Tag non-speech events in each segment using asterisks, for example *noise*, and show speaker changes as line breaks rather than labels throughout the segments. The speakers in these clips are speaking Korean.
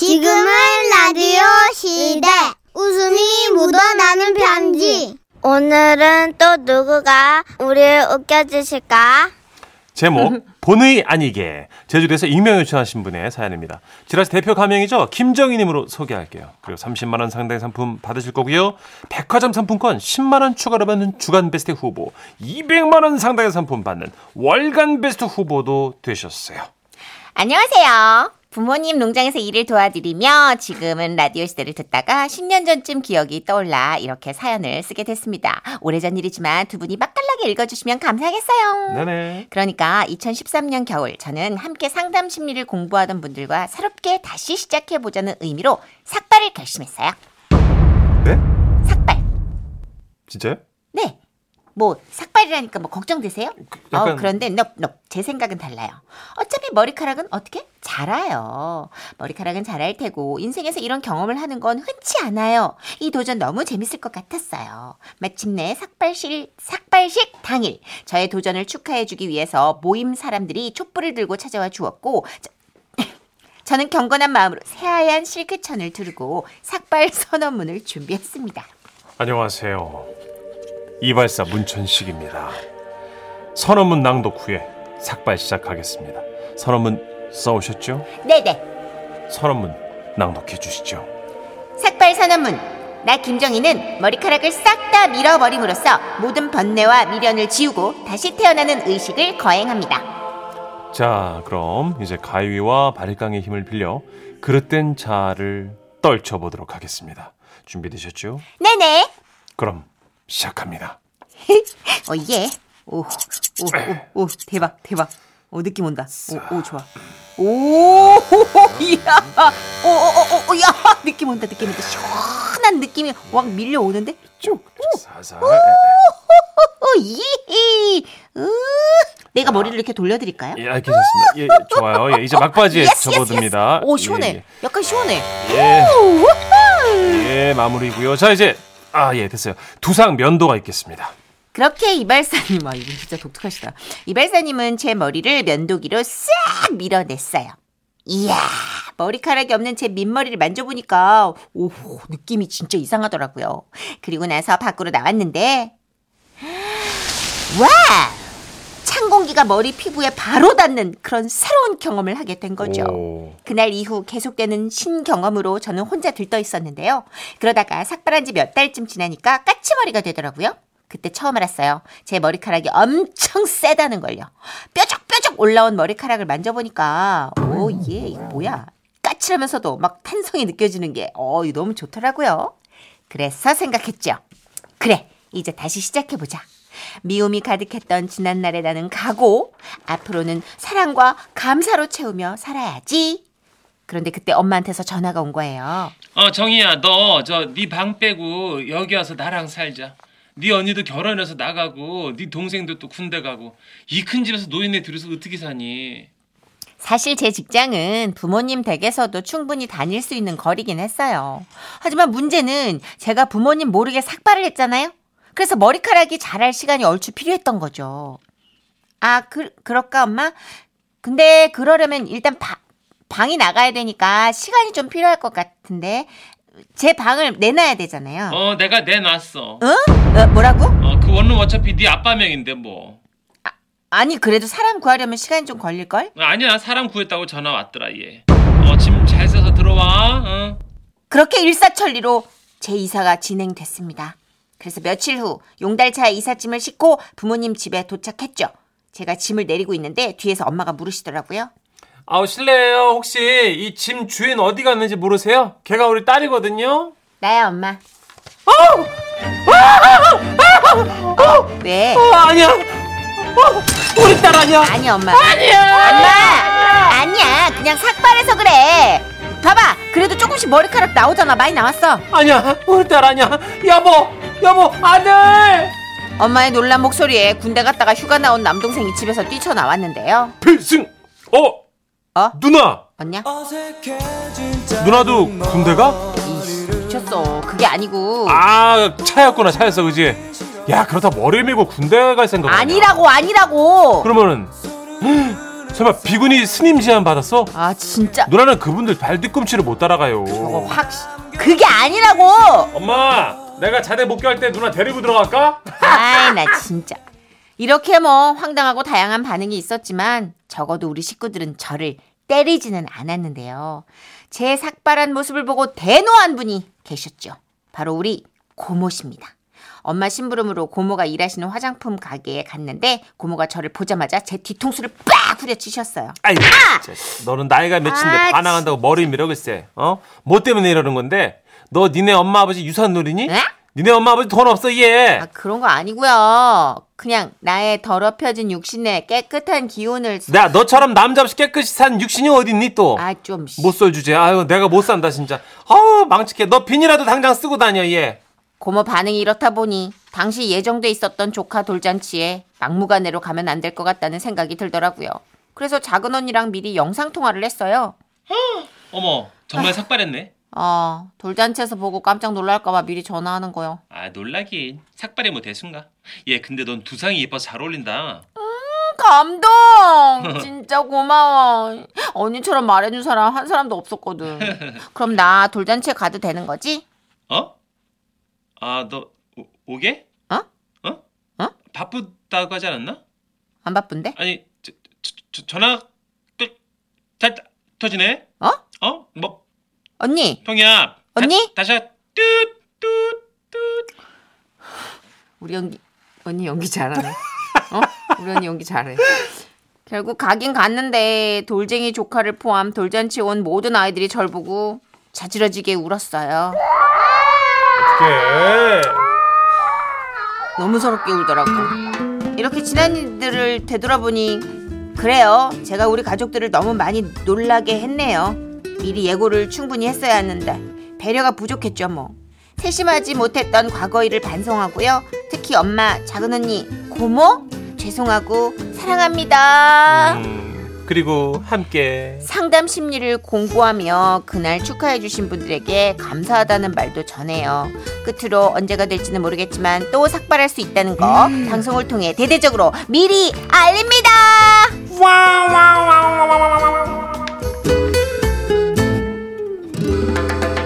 지금은 라디오 시대. 웃음이 묻어나는 편지. 오늘은 또 누구가 우리를 웃겨주실까?
제목 본의 아니게 제주도에서 익명 요청하신 분의 사연입니다. 지라시 대표 가명이죠. 김정희님으로 소개할게요. 그리고 30만 원 상당의 상품 받으실 거고요. 백화점 상품권 10만 원 추가로 받는 주간 베스트 후보, 200만 원 상당의 상품 받는 월간 베스트 후보도 되셨어요.
안녕하세요. 부모님 농장에서 일을 도와드리며 지금은 라디오 시대를 듣다가 10년 전쯤 기억이 떠올라 이렇게 사연을 쓰게 됐습니다. 오래전 일이지만 두 분이 맛깔나게 읽어주시면 감사하겠어요.
네네.
그러니까 2013년 겨울 저는 함께 상담 심리를 공부하던 분들과 새롭게 다시 시작해 보자는 의미로 삭발을 결심했어요.
네?
삭발.
진짜요?
네. 뭐 삭발이라니까 뭐 걱정되세요?
약간-
어, 그런데 넙넙제 생각은 달라요. 어차피 머리카락은 어떻게 자라요. 머리카락은 자랄 테고 인생에서 이런 경험을 하는 건 흔치 않아요. 이 도전 너무 재밌을 것 같았어요. 마침내 삭발식 삭발식 당일 저의 도전을 축하해주기 위해서 모임 사람들이 촛불을 들고 찾아와 주었고 저- *laughs* 저는 경건한 마음으로 새하얀 실크천을 두르고 삭발 선언문을 준비했습니다.
안녕하세요. 이발사 문천식입니다. 선언문 낭독 후에 삭발 시작하겠습니다. 선언문 써오셨죠?
네네.
선언문 낭독해 주시죠.
삭발 선언문. 나 김정희는 머리카락을 싹 다 밀어버림으로써 모든 번뇌와 미련을 지우고 다시 태어나는 의식을 거행합니다.
자, 그럼 이제 가위와 바리깡의 힘을 빌려 그릇된 자를 떨쳐 보도록 하겠습니다. 준비되셨죠?
네네.
그럼 시작합니다.
어 예. 오, 오, 오, 오, 대박, 대박. 오, 느낌 온다. 오, 오, 좋아. 오, *laughs* 이야. 어, 오, 오, 오, 오, 야. 느낌 온다, 느낌 온다. 시원한 느낌이 확 밀려오는데?
쭉 사살. 예,
오, 이, 이. 예. 으, 내가 머리를 이렇게 돌려드릴까요?
예, 아, 괜찮습니다. 예, 좋아요. 예, 이제 막바지에
예스, 예스,
접어듭니다.
예스. 오, 시원해.
예,
약간 시원해.
예,
오, 우후.
예, 예, 마무리고요. 자, 이제 아, 예, 됐어요. 두상 면도가 있겠습니다.
그렇게 이발사님, 아, 이분 진짜 독특하시다. 이발사님은 제 머리를 면도기로 싹 밀어냈어요. 이야, 머리카락이 없는 제 민머리를 만져보니까, 오, 느낌이 진짜 이상하더라고요. 그리고 나서 밖으로 나왔는데, 와! 찬 공기가 머리 피부에 바로 닿는 그런 새로운 경험을 하게 된 거죠.
오.
그날 이후 계속되는 신경험으로 저는 혼자 들떠 있었는데요. 그러다가 삭발한 지 몇 달쯤 지나니까 까치머리가 되더라고요. 그때 처음 알았어요. 제 머리카락이 엄청 세다는 걸요. 뾰족뾰족 올라온 머리카락을 만져보니까 오, 예, 이거 뭐야. 까칠하면서도 막 탄성이 느껴지는 게 어, 이거 너무 좋더라고요. 그래서 생각했죠. 그래, 이제 다시 시작해보자. 미움이 가득했던 지난날에 나는 가고, 앞으로는 사랑과 감사로 채우며 살아야지. 그런데 그때 엄마한테서 전화가 온 거예요.
어 정희야 너 저 네 방 빼고 여기 와서 나랑 살자. 네 언니도 결혼해서 나가고 네 동생도 또 군대 가고 이 큰 집에서 노인네 둘이서 어떻게 사니?
사실 제 직장은 부모님 댁에서도 충분히 다닐 수 있는 거리긴 했어요. 하지만 문제는 제가 부모님 모르게 삭발을 했잖아요. 그래서 머리카락이 자랄 시간이 얼추 필요했던 거죠. 아, 그, 그럴까, 엄마? 근데 그러려면 일단 바- 방이 나가야 되니까 시간이 좀 필요할 것 같은데 제 방을 내놔야 되잖아요.
어 내가 내놨어.
어, 뭐라고?
어 그 원룸 어차피 네 아빠 명인데 뭐.
아니, 그래도 사람 구하려면 시간이 좀 걸릴걸?
아니야 사람 구했다고 전화 왔더라 얘. 어짐 잘 싸서 들어와. 어.
그렇게 일사천리로 제 이사가 진행됐습니다. 그래서 며칠 후 용달차에 이삿짐을 싣고 부모님 집에 도착했죠. 제가 짐을 내리고 있는데 뒤에서 엄마가 물으시더라고요.
아, 실례예요. 혹시 이 짐 주인 어디 갔는지 모르세요? 걔가 우리 딸이거든요.
나야 엄마. 왜?
아니야. 어, 우리 딸 아니야.
아니 엄마. 아니야. 엄마. 아니야. 그냥 삭발해서 그래. 봐봐. 그래도 조금씩 머리카락 나오잖아. 많이 나왔어.
아니야. 우리 딸 아니야. 여보, 여보, 아들.
엄마의 놀란 목소리에 군대 갔다가 휴가 나온 남동생이 집에서 뛰쳐나왔는데요.
필승. 어,
어?
누나.
언냐?
누나도 군대가?
이씨, 미쳤어. 그게 아니고.
아, 차였구나. 차였어, 그지? 야, 그러다 머리 밀고 군대 갈 생각.
아니라고 아니라고
그러면은 설마 비군이 스님 제안 받았어?
아 진짜
누나는 그분들 발 뒤꿈치를 못 따라가요.
저거 확 그게 아니라고.
엄마, 내가 자대 복귀할 때 누나 데리고 들어갈까?
아이 나 진짜 이렇게 뭐 황당하고 다양한 반응이 있었지만 적어도 우리 식구들은 저를 때리지는 않았는데요. 제 삭발한 모습을 보고 대노한 분이 계셨죠. 바로 우리 고모십니다. 엄마 심부름으로 고모가 일하시는 화장품 가게에 갔는데 고모가 저를 보자마자 제 뒤통수를 빡 후려치셨어요.
아이, 진짜. 너는 나이가 몇인데
아,
반항한다고 머리 밀어 글쎄. 어? 뭐 때문에 이러는 건데? 너 니네 엄마 아버지 유산 노리니?
에?
니네 엄마 아버지 돈 없어 얘.
아 그런 거 아니고요. 그냥 나의 더럽혀진 육신에 깨끗한 기운을
나 너처럼 남자 없이 깨끗이 산 육신이 어딨니 또?
아좀
못 쏠 주제. 아유 내가 못 산다 진짜. 어우 망측해. 너 빈이라도 당장 쓰고 다녀 얘.
고모 반응이 이렇다 보니 당시 예정돼 있었던 조카 돌잔치에 막무가내로 가면 안 될 것 같다는 생각이 들더라고요. 그래서 작은 언니랑 미리 영상 통화를 했어요.
어머 정말 삭발했네.
아 돌잔치에서 보고 깜짝 놀랄까봐 미리 전화하는 거요.
아 놀라긴 삭발이 뭐 대수인가? 얘 근데 넌 두상이 예뻐서 잘 어울린다.
음, 감동! 진짜 고마워. 언니처럼 말해준 사람 한 사람도 없었거든. 그럼 나 돌잔치에 가도 되는 거지?
어? 아 너 오게?
어?
어?
어?
바쁘다고 하지 않았나?
안 바쁜데?
아니 저, 저, 저, 전화 또잘 터지네.
어?
어? 뭐
언니!
평이야.
언니?
다, 다시 뚜뚜
우리 연기 언니 연기 잘하네. 어? 우리 언니 연기 잘해. 결국 가긴 갔는데 돌쟁이 조카를 포함 돌잔치 온 모든 아이들이 절 보고 자지러지게 울었어요.
그래.
너무 서럽게 울더라고. 이렇게 지난 일들을 되돌아보니 그래요. 제가 우리 가족들을 너무 많이 놀라게 했네요. 미리 예고를 충분히 했어야 하는데 배려가 부족했죠 뭐. 세심하지 못했던 과거 일을 반성하고요. 특히 엄마, 작은 언니, 고모 죄송하고 사랑합니다.
음, 그리고 함께.
상담 심리를 공부하며 그날 축하해 주신 분들에게 감사하다는 말도 전해요. 끝으로 언제가 될지는 모르겠지만 또 삭발할 수 있다는 거 방송을 통해 대대적으로 미리 알립니다.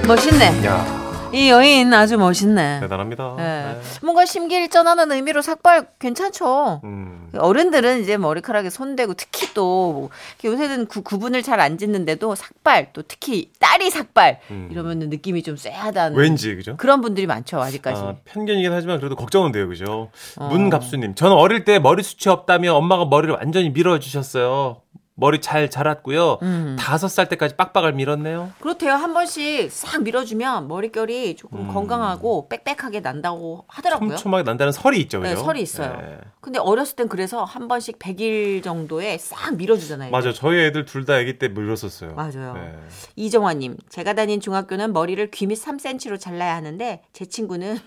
멋있네.
야
이 여인 아주 멋있네. 예.
대단합니다. 네.
뭔가 심기일전하는 의미로 삭발 괜찮죠.
음.
어른들은 이제 머리카락에 손대고 특히 또 뭐, 이렇게 요새는 구, 구분을 잘 안 짓는데도 삭발 또 특히 딸이 삭발
음.
이러면 은 느낌이 좀 쎄하다는
왠지 그죠?
그런 분들이 많죠 아직까지.
아, 편견이긴 하지만 그래도 걱정은 돼요, 그죠?
어.
문갑수님, 저는 어릴 때 머리 숱이 없다며 엄마가 머리를 완전히 밀어주셨어요. 머리 잘 자랐고요.
음.
다섯 살 때까지 빡빡을 밀었네요.
그렇대요 한 번씩 싹 밀어주면 머릿결이
음.
조금 건강하고 빽빽하게 난다고 하더라고요.
촘촘하게 난다는 설이 있죠, 그죠?
네, 설이 있어요.
네.
근데 어렸을 땐 그래서 한 번씩 100일 정도에 싹 밀어주잖아요.
맞아요. 저희 애들 둘 다 아기 때 밀었었어요.
맞아요.
네.
이정화님, 제가 다닌 중학교는 머리를 귀밑 3cm로 잘라야 하는데 제 친구는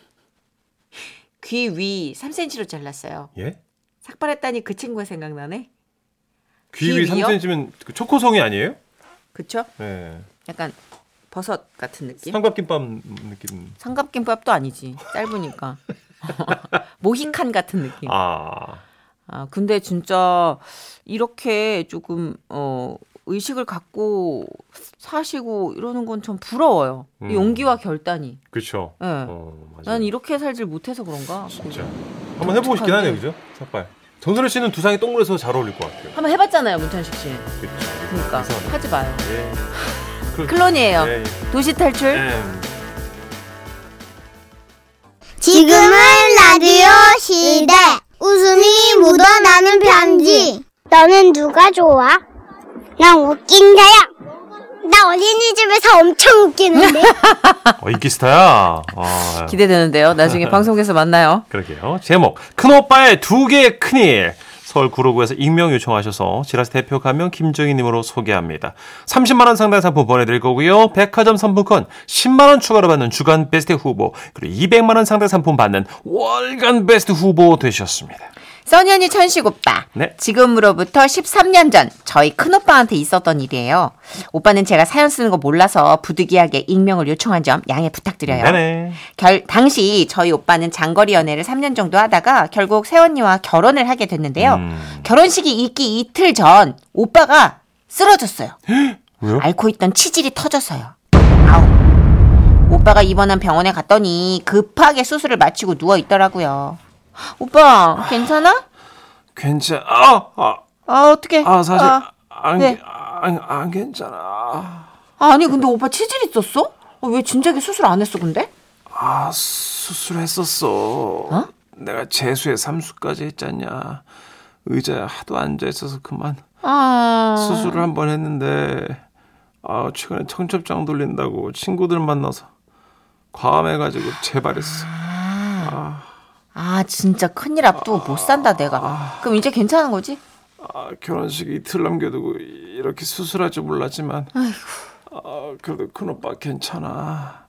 *laughs* 귀 위 3cm로 잘랐어요.
예?
삭발했다니 그 친구가 생각나네. 귀
귀위
위요?
3cm면 그 초코송이 아니에요?
그쵸?
네.
약간 버섯 같은 느낌?
삼각김밥 느낌.
삼각김밥도 아니지. 짧으니까. *laughs* 모히칸 같은 느낌.
아.
아, 근데 진짜 이렇게 조금, 어, 의식을 갖고 사시고 이러는 건 전 부러워요. 이
음.
용기와 결단이.
그렇죠.
예.
어, 맞아요.
난 이렇게 살질 못해서 그런가?
진짜. 한번 해보고 싶긴 하네요, 그죠? 삭발. 정선우 씨는 두상이 동그래서 잘 어울릴 것 같아요.
한번 해봤잖아요, 문천식 씨.
그렇죠.
그러니까
이상하네.
하지 마요.
예. 그-
클론이에요.
예,
도시 탈출.
예.
지금은 라디오 시대. 웃음이 묻어나는 편지. 너는 누가 좋아? 난 웃긴 자야. 나 어린이집에서 엄청 웃기는데.
어, 인기스타야. 어, *laughs*
기대되는데요. 나중에 방송에서 만나요.
그러게요. 제목 큰오빠의 두 개의 큰일. 서울 구로구에서 익명 요청하셔서 지라스 대표 가명 김정희님으로 소개합니다. 30만 원 상당 상품 보내드릴 거고요. 백화점 상품권 10만 원 추가로 받는 주간 베스트 후보 그리고 200만 원 상당 상품 받는 월간 베스트 후보 되셨습니다.
써니 언니 천식 오빠.
네.
지금으로부터 13년 전 저희 큰 오빠한테 있었던 일이에요. 오빠는 제가 사연 쓰는 거 몰라서 부득이하게 익명을 요청한 점 양해 부탁드려요.
네네.
결, 당시 저희 오빠는 장거리 연애를 3년 정도 하다가 결국 세원이와 결혼을 하게 됐는데요.
음.
결혼식이 있기 이틀 전 오빠가 쓰러졌어요.
네? 왜요?
앓고 있던 치질이 터져서요. 아우. 오빠가 입원한 병원에 갔더니 급하게 수술을 마치고 누워 있더라고요. 오빠 괜찮아?
괜찮. 아, 아,
아 어떻게?
아 사실 안,
네.
안, 안 아, 괜찮아.
아니 근데 오빠 치질 있었어? 어, 왜 진작에 수술 안 했어 근데?
아 수술했었어. 내가 재수에 삼수까지 했잖냐. 의자에 하도 앉아 있어서 그만
아
수술을 한 번 했는데 아 최근에 청첩장 돌린다고 친구들 만나서 과음해가지고 재발했어.
아 진짜 큰일 앞두고 못 산다 내가. 그럼 이제 괜찮은 거지?
아, 결혼식 이틀 남겨두고 이렇게 수술할 줄 몰랐지만 아, 그래도 큰오빠 괜찮아.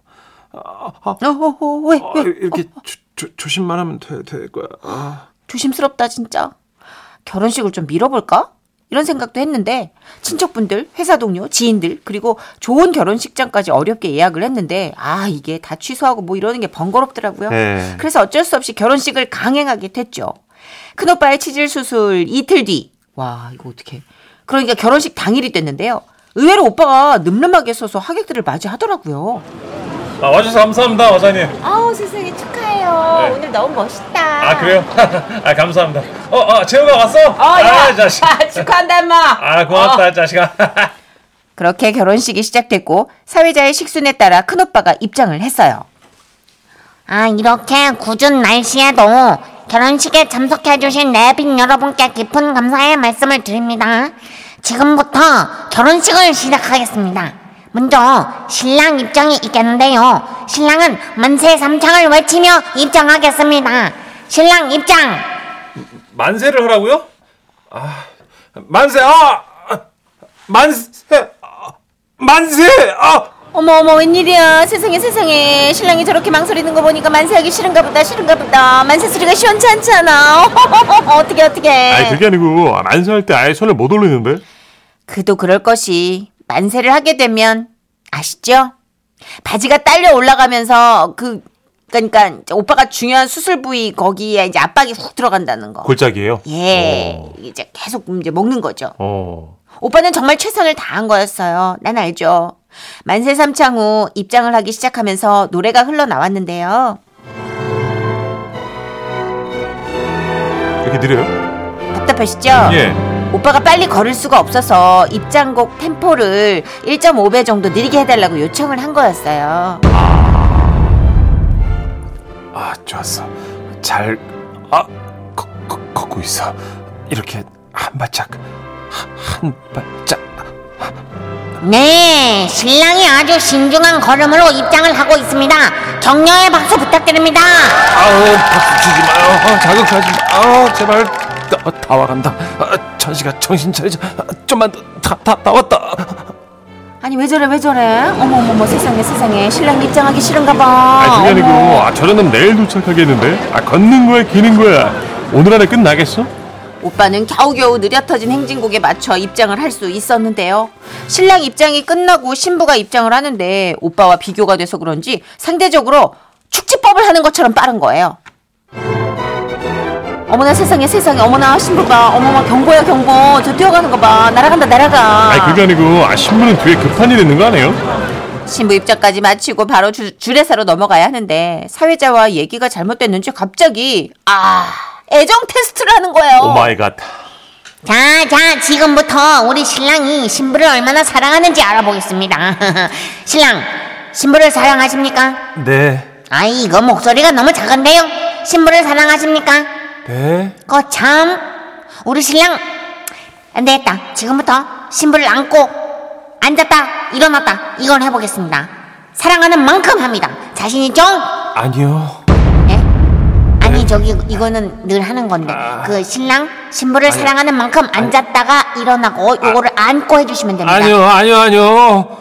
어왜
아,
왜?
이렇게 조, 조, 조심만 하면 돼, 될 거야. 아,
조심스럽다 진짜. 결혼식을 좀 미뤄볼까? 이런 생각도 했는데 친척분들, 회사 동료, 지인들 그리고 좋은 결혼식장까지 어렵게 예약을 했는데 아 이게 다 취소하고 뭐 이러는 게 번거롭더라고요.
네.
그래서 어쩔 수 없이 결혼식을 강행하게 됐죠. 큰오빠의 치질 수술 이틀 뒤. 와 이거 어떻게? 그러니까 결혼식 당일이 됐는데요. 의외로 오빠가 늠름하게 서서 하객들을 맞이하더라고요.
아 와주셔서 감사합니다, 와사님.
아우 세상에 축하해요. 오늘 너무 멋있다.
*laughs* 아 감사합니다. 어, 아 재우가 왔어?
Ah,
어,
아,
야. 축하한다, 엄마. 어.
자식아.
그렇게 결혼식이 시작됐고 사회자의 식순에 따라 큰오빠가 입장을 했어요.
아, 이렇게 굳은 날씨에도 결혼식에 참석해주신 내빈 여러분께 깊은 감사의 말씀을 드립니다. 지금부터 결혼식을 시작하겠습니다. 먼저 신랑 입장이 있겠는데요. 신랑은 만세 삼창을 외치며 입장하겠습니다. 신랑 입장!
만세를 하라고요? 아, 만세, 아, 만세, 아, 만세, 아,
어머 어머 웬일이야 세상에 세상에 신랑이 저렇게 망설이는 거 보니까 만세하기 싫은가 보다 싫은가 보다 만세 소리가 시원찮지 않아 *laughs* 어떻게 어떻게
아니 그게 아니고 만세할 때 아예 손을 못 올리는데
그도 그럴 것이 만세를 하게 되면 아시죠? 바지가 딸려 올라가면서 그 그러니까 이제 오빠가 중요한 수술 부위 거기에 이제 압박이 훅 들어간다는 거.
골짜기예요.
예. 이제 계속 이제 먹는 거죠.
어,
오빠는 정말 최선을 다한 거였어요. 난 알죠. 만세 삼창 후 입장을 하기 시작하면서 노래가 흘러나왔는데요.
이렇게 느려요?
답답하시죠?
예.
오빠가 빨리 걸을 수가 없어서 입장곡 템포를 1.5배 정도 느리게 해달라고 요청을 한 거였어요.
아 좋았어. 잘, 아, 걷, 걷, 걷고 있어. 이렇게 한 발짝, 하- 한 발짝.
네, 신랑이 아주 신중한 걸음으로 입장을 하고 있습니다. 격려의 박수 부탁드립니다.
아우 박수 주지 마요. 어, 자극 하지 마. 아 제발 다, 어, 다 와간다. 아, 천식아 정신 차리자. 아, 좀만 더다다 다 왔다.
아니 왜 저래 왜 저래? 어머머머 세상에 세상에 신랑 입장하기 싫은가
아니
봐.
그게 아니고
어머.
아, 저러면 내일 도착하겠는데 아 걷는 거야 기는 거야 오늘 안에 끝나겠어?
오빠는 겨우겨우 느려터진 행진곡에 맞춰 입장을 할 수 있었는데요. 신랑 입장이 끝나고 신부가 입장을 하는데 오빠와 비교가 돼서 그런지 상대적으로 축지법을 하는 것처럼 빠른 거예요. 어머나 세상에 세상에 어머나 신부가 어머머 경보야 경보 저 뛰어가는 거 봐 날아간다 날아가
아니 그게 아니고 아 신부는 뒤에 급한 일 있는 거 아니에요?
신부 입장까지 마치고 바로 주, 주례사로 넘어가야 하는데 사회자와 얘기가 잘못됐는지 갑자기 아 애정 테스트를 하는 거예요
어,
갓.
자, 자, 지금부터 우리 신랑이 신부를 얼마나 사랑하는지 알아보겠습니다. *laughs* 신랑, 신부를 사랑하십니까?
네.
아이, 이거 목소리가 너무 작은데요? 신부를 사랑하십니까? 어,
네.
거참. 우리 신랑, 안 되겠다. 지금부터 신부를 안고 앉았다, 일어났다, 이걸 해보겠습니다. 사랑하는 만큼 합니다. 자신있죠?
아니요.
예? 아니 저기 이거는 늘 하는 건데 그 신랑 신부를 사랑하는 만큼 앉았다가 일어나고 요거를 안고 해주시면 됩니다.
아니요. 아니요. 아니요.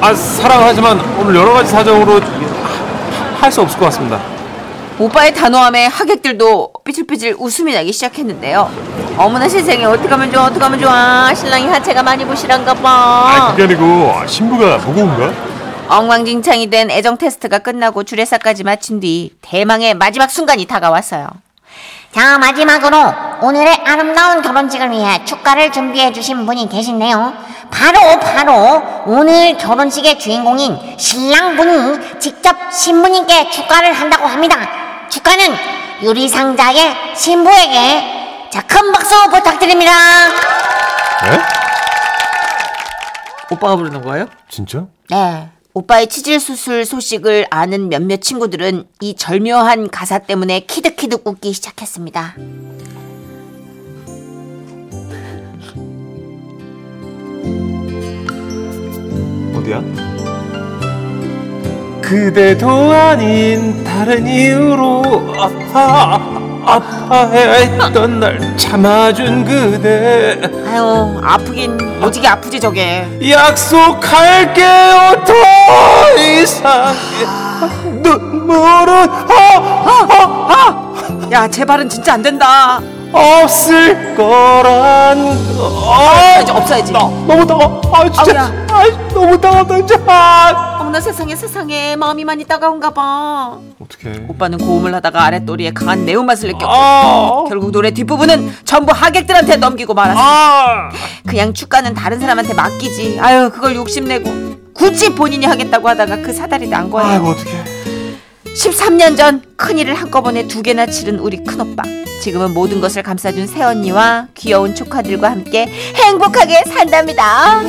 아 사랑하지만 오늘 여러 가지 사정으로 할 수 없을 것 같습니다.
오빠의 단호함에 하객들도 삐질삐질 웃음이 나기 시작했는데요. 어머나 세상에 어떻게 하면 좋아 어떻게 하면 좋아 신랑이 하체가 많이 보시란가 봐.
아, 그게 아니고 신부가 무거운가?
엉망진창이 된 애정 테스트가 끝나고 주례사까지 마친 뒤 대망의 마지막 순간이 다가왔어요.
자, 마지막으로 오늘의 아름다운 결혼식을 위해 축가를 준비해 주신 분이 계신데요. 바로 바로 오늘 결혼식의 주인공인 신랑분이 직접 신부님께 축가를 한다고 합니다. 축가는 유리상자의 신부에게 자, 큰 박수 부탁드립니다.
예?
에?
오빠가 부르는 거예요?
진짜?
네. 오빠의 치질 수술 소식을 아는 몇몇 친구들은 이 절묘한 가사 때문에 키득키득 웃기 시작했습니다.
어디야? 그대도 아닌 다른 이유로 아파 아파했던 날 참아준 그대
아유, 아프긴 오지게 아프지 저게.
약속할게요 더 이상 눈물은
야, 제 발은 진짜 안 된다.
없을 거란 거
이제 없어야지.
너무 더워 아 진짜
아우야.
아 너무 더워 진짜 아.
어머나 세상에 세상에 마음이 많이 따가운가 봐.
어떡해
오빠는 고음을 하다가 아랫도리에 강한 매운맛을 느꼈고
아,
결국 노래 뒷부분은 전부 하객들한테 넘기고 말았어.
아.
그냥 축가는 다른 사람한테 맡기지. 아유, 그걸 욕심내고 굳이 본인이 하겠다고 하다가 그 사다리 난 거예요.
아이고 어떡해
13년 전 큰일을 한꺼번에 두 개나 치른 우리 큰오빠. 지금은 모든 것을 감싸준 새언니와 귀여운 조카들과 함께 행복하게 산답니다.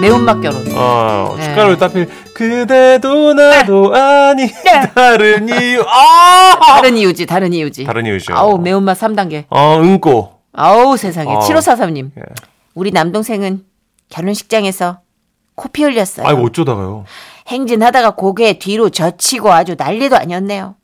매운맛 결혼.
어,
네.
축가를 따필 그대도 나도 아니
네.
다른 이유 아
다른 이유지, 다른 이유지.
다른 이유죠
아우, 네. 매운맛 3단계.
어 응꼬
아우, 세상에.
아우.
7543님.
예.
우리 남동생은 결혼식장에서 코피 흘렸어요.
아이고 어쩌다가요
행진하다가 고개 뒤로 젖히고 아주 난리도 아니었네요.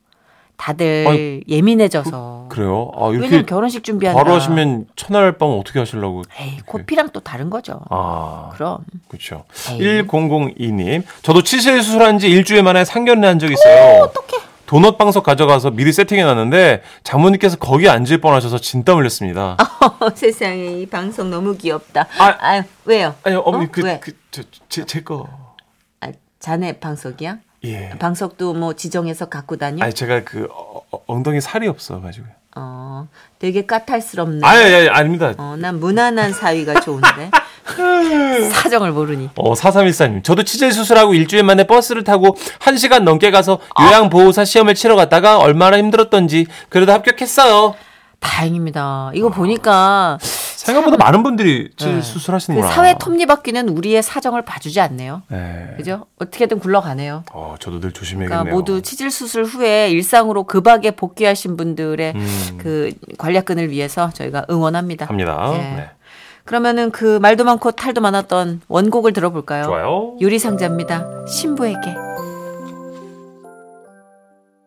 다들
아이,
예민해져서.
그래요 아 이렇게
왜냐면 결혼식 준비한다.
바로 하시면 첫날 밤 어떻게 하시려고
에이, 코피랑 또 다른 거죠.
아
*laughs* 그럼.
그렇죠
에이.
1002님 저도 치실 수술한 지 일주일 만에 상견례 한 적이 있어요
어떡해.
도넛 방석 가져가서 미리 세팅해 놨는데 장모님께서 거기 앉을 뻔하셔서 진땀 흘렸습니다
아, 어, 세상에 이 방송 너무 귀엽다.
아.
아, 유 왜요?
아니 어머니 그,
어? 왜?
그그제제거예 예.
아, 자네 방석이야? 방석도 뭐 지정해서 갖고 다녀?
아니 제가 그 어, 어, 엉덩이 살이 없어가지고요.
어, 되게 까탈스럽네.
아니, 예, 아니, 아니 아닙니다.
어, 난 무난한
*laughs*
사위가 좋은데. 사정을 모르니.
어, 4314님. 저도 치질 수술하고 일주일 만에 버스를 타고 1시간 넘게 가서
아.
요양보호사 시험을 치러 갔다가 얼마나 힘들었던지 그래도 합격했어요.
다행입니다.
아,
이거 보니까
생각보다 많은 분들이 치질
네. 그
수술하시는구나.
사회 톱니바퀴는 우리의 사정을 봐주지 않네요.
네.
그죠? 어떻게든 굴러가네요.
어, 저도 늘
그러니까
조심해야겠네요.
모두 치질 수술 후에 일상으로 급하게 복귀하신 분들의
음.
그 관략근을 위해서 저희가 응원합니다.
합니다.
예.
네.
그러면은 그 말도 많고 탈도 많았던 원곡을 들어볼까요?
좋아요.
유리상자입니다. 신부에게.